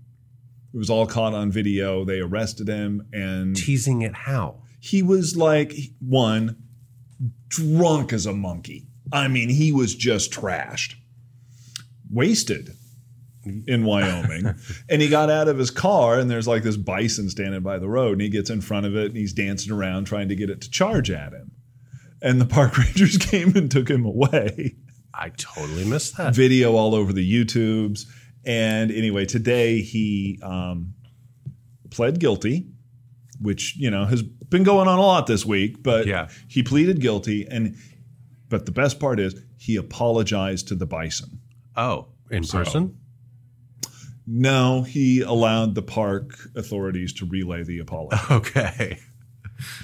S2: It was all caught on video. They arrested him, and
S1: Teasing it how?
S2: he was like one drunk as a monkey. I mean, he was just trashed, wasted in Wyoming. and he got out of his car, and there's like this bison standing by the road, and he gets in front of it, and he's dancing around trying to get it to charge at him. And the park rangers came and took him away
S1: I totally missed that.
S2: video all over the YouTubes. And anyway, today he um, pled guilty, which you know has been going on a lot this week. But
S1: Yeah.
S2: he pleaded guilty, and but the best part is he apologized to the bison.
S1: Oh, in person?
S2: No, he allowed the park authorities to relay the apology.
S1: Okay.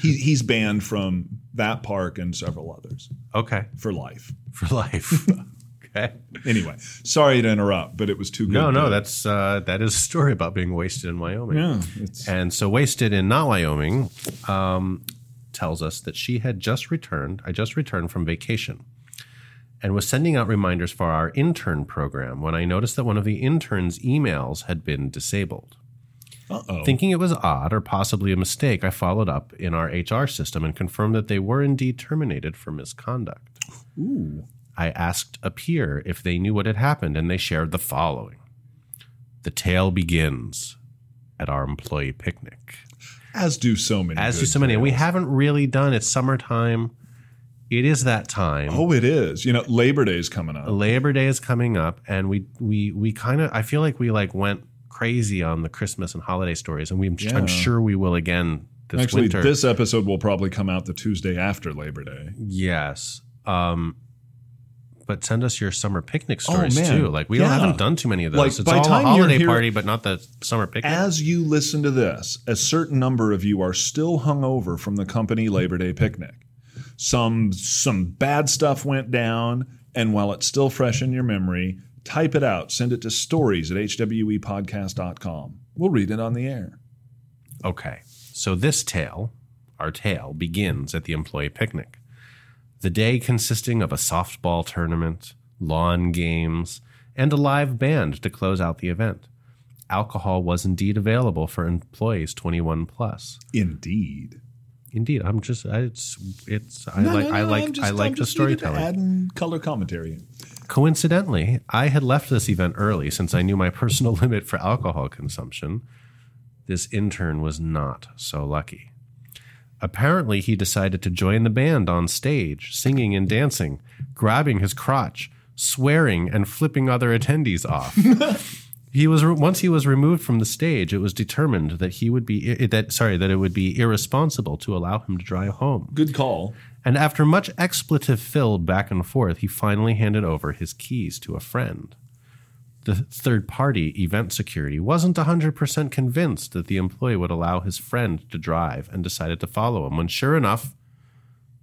S2: he, he's banned from that park and several others
S1: Okay.
S2: for life.
S1: For life. okay.
S2: Anyway, sorry to interrupt, but it was too good.
S1: No, no,
S2: to-
S1: that's uh, that is a story about being wasted in Wyoming.
S2: yeah, it's
S1: And so, wasted in not Wyoming, um, tells us that she had just returned. I just returned from vacation, and was sending out reminders for our intern program when I noticed that one of the interns' emails had been disabled.
S2: uh oh.
S1: Thinking it was odd or possibly a mistake, I followed up in our HR system and confirmed that they were indeed terminated for misconduct. I asked a peer if they knew what had happened, and they shared the following The tale begins at our employee picnic.
S2: As do so many.
S1: As do
S2: good
S1: so many, and we
S2: tales.
S1: haven't really done it's summertime. It is that time.
S2: Oh, it is. You know, Labor Day is coming up.
S1: Labor Day is coming up, and we we we kind of I feel like we like went crazy on the Christmas and holiday stories, and we
S2: Yeah.
S1: I'm sure we will again this
S2: Actually,
S1: winter.
S2: this episode will probably come out the Tuesday after Labor Day.
S1: yes, um, but send us your summer picnic stories
S2: Oh, man.
S1: too. Like we
S2: Yeah.
S1: haven't done too many of those.
S2: Like,
S1: it's
S2: by
S1: all
S2: time
S1: a
S2: you're
S1: holiday
S2: here-
S1: party, but not the summer picnic.
S2: As you listen to this, a certain number of you are still hungover from the company Labor Day picnic. Some some bad stuff went down, and while it's still fresh in your memory, type it out. Send it to stories at E hwepodcast.com. We'll read it on the air.
S1: Okay. So this tale, our tale, begins at the employee picnic. The day consisting of a softball tournament, lawn games, and a live band to close out the event. Alcohol was indeed available for employees 21 plus.
S2: Indeed.
S1: Indeed, I'm just I- it's it's I like I like I like the storytelling.
S2: Adding color commentary.
S1: Coincidentally, I had left this event early since I knew my personal limit for alcohol consumption. This intern was not so lucky. Apparently, he decided to join the band on stage, singing and dancing, grabbing his crotch, swearing, and flipping other attendees off. he was once he was removed from the stage, it was determined that he would be that sorry that it would be irresponsible to allow him to drive home.
S2: Good call.
S1: And after much expletive filled back and forth, he finally handed over his keys to a friend. The third party event security wasn't 100% convinced that the employee would allow his friend to drive and decided to follow him when, sure enough,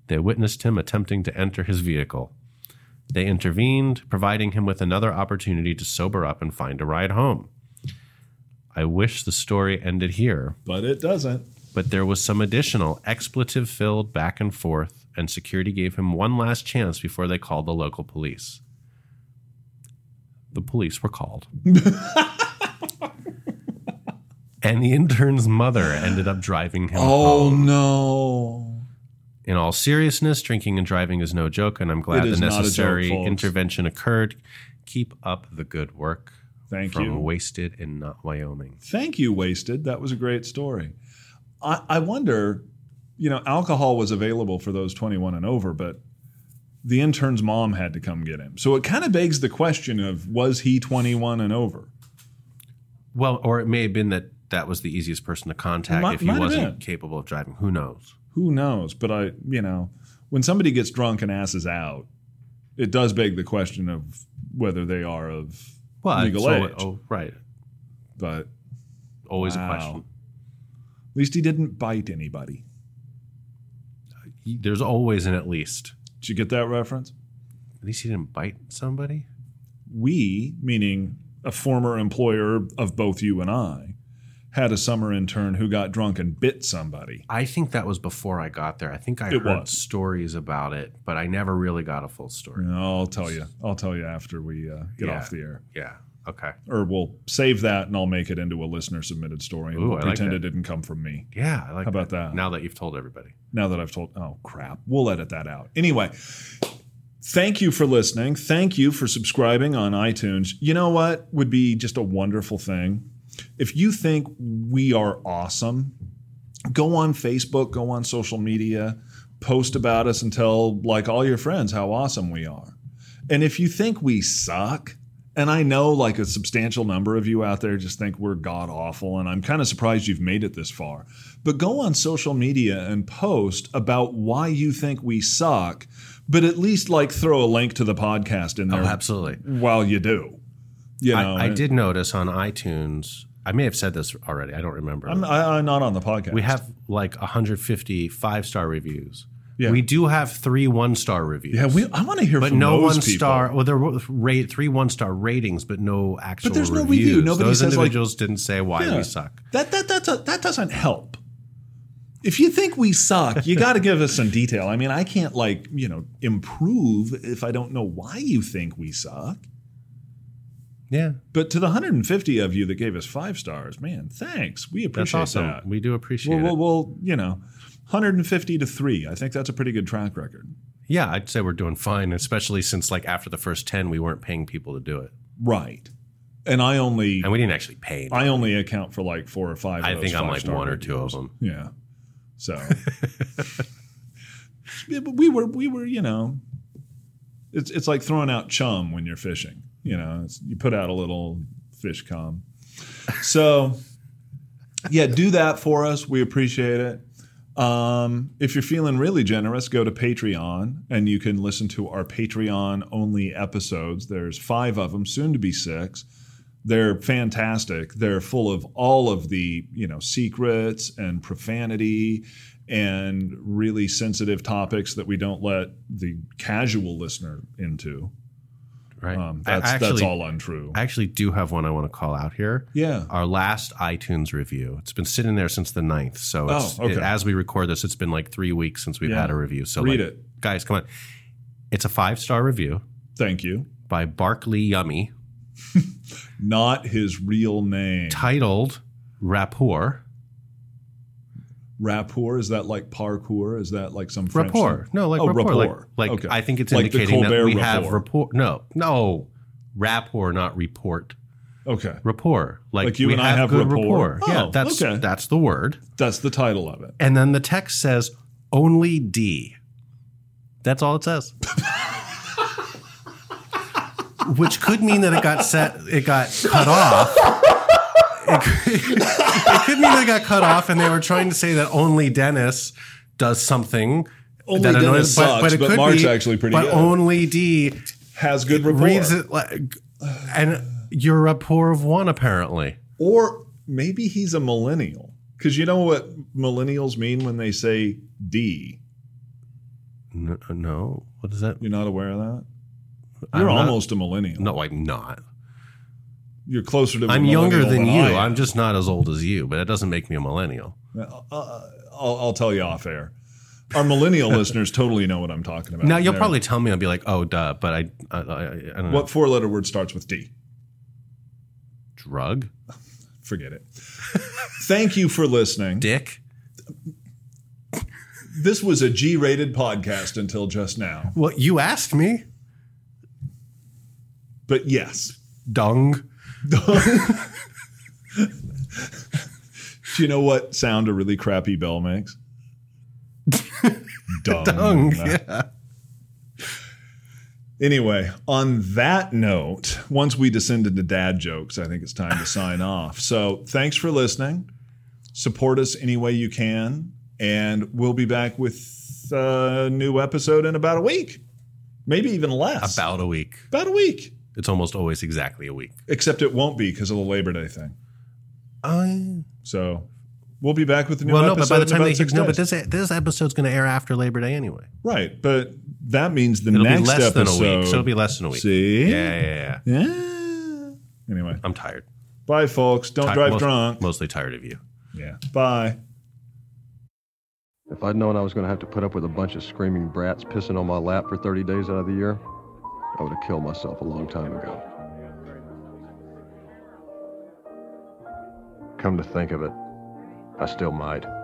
S1: they witnessed him attempting to enter his vehicle. They intervened, providing him with another opportunity to sober up and find a ride home. I wish the story ended here,
S2: But it doesn't.
S1: but there was some additional expletive filled back and forth, and security gave him one last chance before they called the local police. The police were called. and the intern's mother ended up driving him home.
S2: Oh no.
S1: In all seriousness, drinking and driving is no joke, and I'm glad
S2: It
S1: the
S2: is not a joke,
S1: necessary
S2: folks.
S1: intervention occurred. Keep up the good work
S2: Thank
S1: from
S2: you.
S1: Wasted in Not Wyoming.
S2: Thank you, Wasted. That was a great story. I, I wonder, you know, alcohol was available for those 21 and over, but the intern's mom had to come get him. So it kind of begs the question of was he 21 and over?
S1: Well, or it may have been that that was the easiest person to contact
S2: Might-
S1: if he
S2: might have been.
S1: wasn't capable of driving. Who knows?
S2: Who knows? But I, you know, when somebody gets drunk and asses out, it does beg the question of whether they are of
S1: Well,
S2: legal
S1: so-
S2: age.
S1: Oh, right.
S2: But at
S1: Always
S2: Wow.
S1: a question.
S2: least he didn't bite anybody.
S1: He- There's always an at least.
S2: Did you get that reference?
S1: At least he didn't bite somebody.
S2: we, meaning a former employer of both you and I, had a summer intern who got drunk and bit somebody.
S1: I think that was before I got there. I think I
S2: It
S1: heard
S2: was.
S1: stories about it, but I never really got a full story.
S2: I'll tell you. I'll tell you after we uh, get
S1: Yeah.
S2: off the air.
S1: Yeah. Okay.
S2: Or we'll save that and I'll make it into a listener submitted story and
S1: Ooh,
S2: we'll
S1: I like
S2: pretend
S1: that.
S2: it didn't come from me.
S1: Yeah. I like
S2: How about that?
S1: Now that you've told everybody.
S2: now that I've told, oh crap, we'll edit that out. Anyway, thank you for listening. Thank you for subscribing on iTunes. You know what would be just a wonderful thing? If you think we are awesome, go on Facebook, go on social media, post about us and tell like all your friends how awesome we are. And if you think we suck, and I know like a substantial number of you out there just think we're god awful, and I'm kind of surprised you've made it this far. But go on social media and post about why you think we suck, but at least like throw a link to the podcast in there
S1: Oh, absolutely.
S2: while you do. You know,
S1: I, I did notice on iTunes, I may have said this already. I don't remember.
S2: I'm, I, I'm not on the podcast.
S1: we have like 150 five star reviews.
S2: Yeah.
S1: We do have three one star reviews.
S2: yeah, we, I want to hear
S1: but
S2: from
S1: no
S2: those
S1: one
S2: people.
S1: star. Well, there were rate, three one star ratings, but no actual.
S2: there's no
S1: reviews.
S2: review. Nobody
S1: Those
S2: says, like-
S1: individuals didn't say why
S2: Yeah.
S1: we suck.
S2: That that that's a, that doesn't help. If you think we suck, you got to give us some detail. I mean, I can't like you know improve if I don't know why you think we suck.
S1: Yeah,
S2: But to the 150 of you that gave us five stars, man, thanks. We
S1: that's
S2: appreciate
S1: awesome.
S2: that.
S1: We do appreciate
S2: Well, well,
S1: it.
S2: well, you know, 150 to three. I think that's a pretty good track record.
S1: Yeah, I'd say we're doing fine, especially since like after the first ten, we weren't paying people to do it,
S2: Right. And I only
S1: and we didn't actually pay.
S2: I only account for like four or five. Of
S1: I
S2: those
S1: think I'm like
S2: five-star
S1: one or two
S2: reviews.
S1: of them.
S2: Yeah. So Yeah, but we were we were, you know, it's it's like throwing out chum when you're fishing. You know, it's, you put out a little fish com. So yeah, do that for us. We appreciate it. Um, if you're feeling really generous, go to Patreon and you can listen to our Patreon only episodes. There's five of them, soon to be six. They're fantastic. They're full of all of the, you know, secrets and profanity and really sensitive topics that we don't let the casual listener into.
S1: Right?
S2: Um,
S1: I
S2: that's, that's
S1: actually-
S2: all untrue.
S1: I actually do have one I want to call out here.
S2: yeah.
S1: Our last iTunes review. It's been sitting there since the 9th. So it's,
S2: Oh, okay.
S1: it- as we record this, it's been like three weeks since we've
S2: Yeah.
S1: had a review. So
S2: Read
S1: like,
S2: it.
S1: guys, come on. It's a five star review
S2: Thank you.
S1: by Barkley Yummy
S2: Not his real name.
S1: titled Rapport.
S2: Rapport is that like parkour? Is that like some French
S1: Rapport.
S2: thing?
S1: No, like
S2: Oh,
S1: rapport.
S2: rapport.
S1: Like, like
S2: Okay.
S1: I think it's
S2: Like the
S1: indicating that
S2: Colbert
S1: we have
S2: rapport.
S1: rapport. No, no. Rapport, not report.
S2: Okay,
S1: Rapport. Like,
S2: Like you
S1: we
S2: and I have
S1: good
S2: rapport?
S1: rapport. yeah,
S2: Oh,
S1: that's
S2: okay.
S1: that's the word.
S2: that's the title of it.
S1: And then the text says only D. That's all it says. Which could mean that it got set it got cut off. It could, it could mean that it got cut off and they were trying to say that only Dennis does something.
S2: Only
S1: that
S2: Dennis sucks, but Mark's actually pretty
S1: But
S2: good.
S1: only D
S2: Has good rapport,
S1: reads it like and you're a poor of one apparently.
S2: or maybe he's a millennial because you know what millennials mean when they say D.
S1: No, no. what is that?
S2: You're not aware of that. You're
S1: I'm not-
S2: almost a millennial.
S1: No, I'm not.
S2: You're closer to. a
S1: I'm younger
S2: millennial
S1: than you.
S2: I am.
S1: I'm just not as old as you, but that doesn't make me a millennial.
S2: Uh, I'll, I'll tell you off air. Our millennial listeners totally know what I'm talking about.
S1: now you'll
S2: They're-
S1: probably tell me I'll be like, oh, duh, but I, I, I, I don't know.
S2: what four letter word starts with D.
S1: Drug,
S2: Forget it. Thank you for listening.
S1: dick.
S2: This was a G rated podcast until just now.
S1: Well, you asked me.
S2: But yes.
S1: Dung.
S2: Do you know what sound a really crappy bell makes? Dung.
S1: Dung. Yeah.
S2: Anyway, on that note, once we descend into dad jokes, I think it's time to sign off. So thanks for listening. Support us any way you can. And we'll be back with a new episode in about a week, maybe even less.
S1: About a week.
S2: about a week.
S1: It's almost always exactly a week.
S2: Except it won't be because of the Labor Day thing.
S1: Uh,
S2: So we'll be back with a new
S1: well, no,
S2: episode.
S1: but by the
S2: in
S1: time
S2: about
S1: they
S2: six
S1: no, but
S2: days.
S1: this this episode's going to air after Labor Day anyway.
S2: right, but that means the
S1: It'll
S2: next
S1: be less
S2: episode.
S1: than a week, so it'll be less than a week.
S2: See,
S1: Yeah, yeah, yeah.
S2: Yeah. Anyway,
S1: I'm tired.
S2: bye. Bye, folks. Don't
S1: Ti-
S2: drive
S1: most-
S2: drunk.
S1: Mostly tired of you.
S2: Yeah. Bye.
S4: If I'd known I was going to have to put up with a bunch of screaming brats pissing on my lap for 30 days out of the year, I would have killed myself a long time ago. Come to think of it, I still might.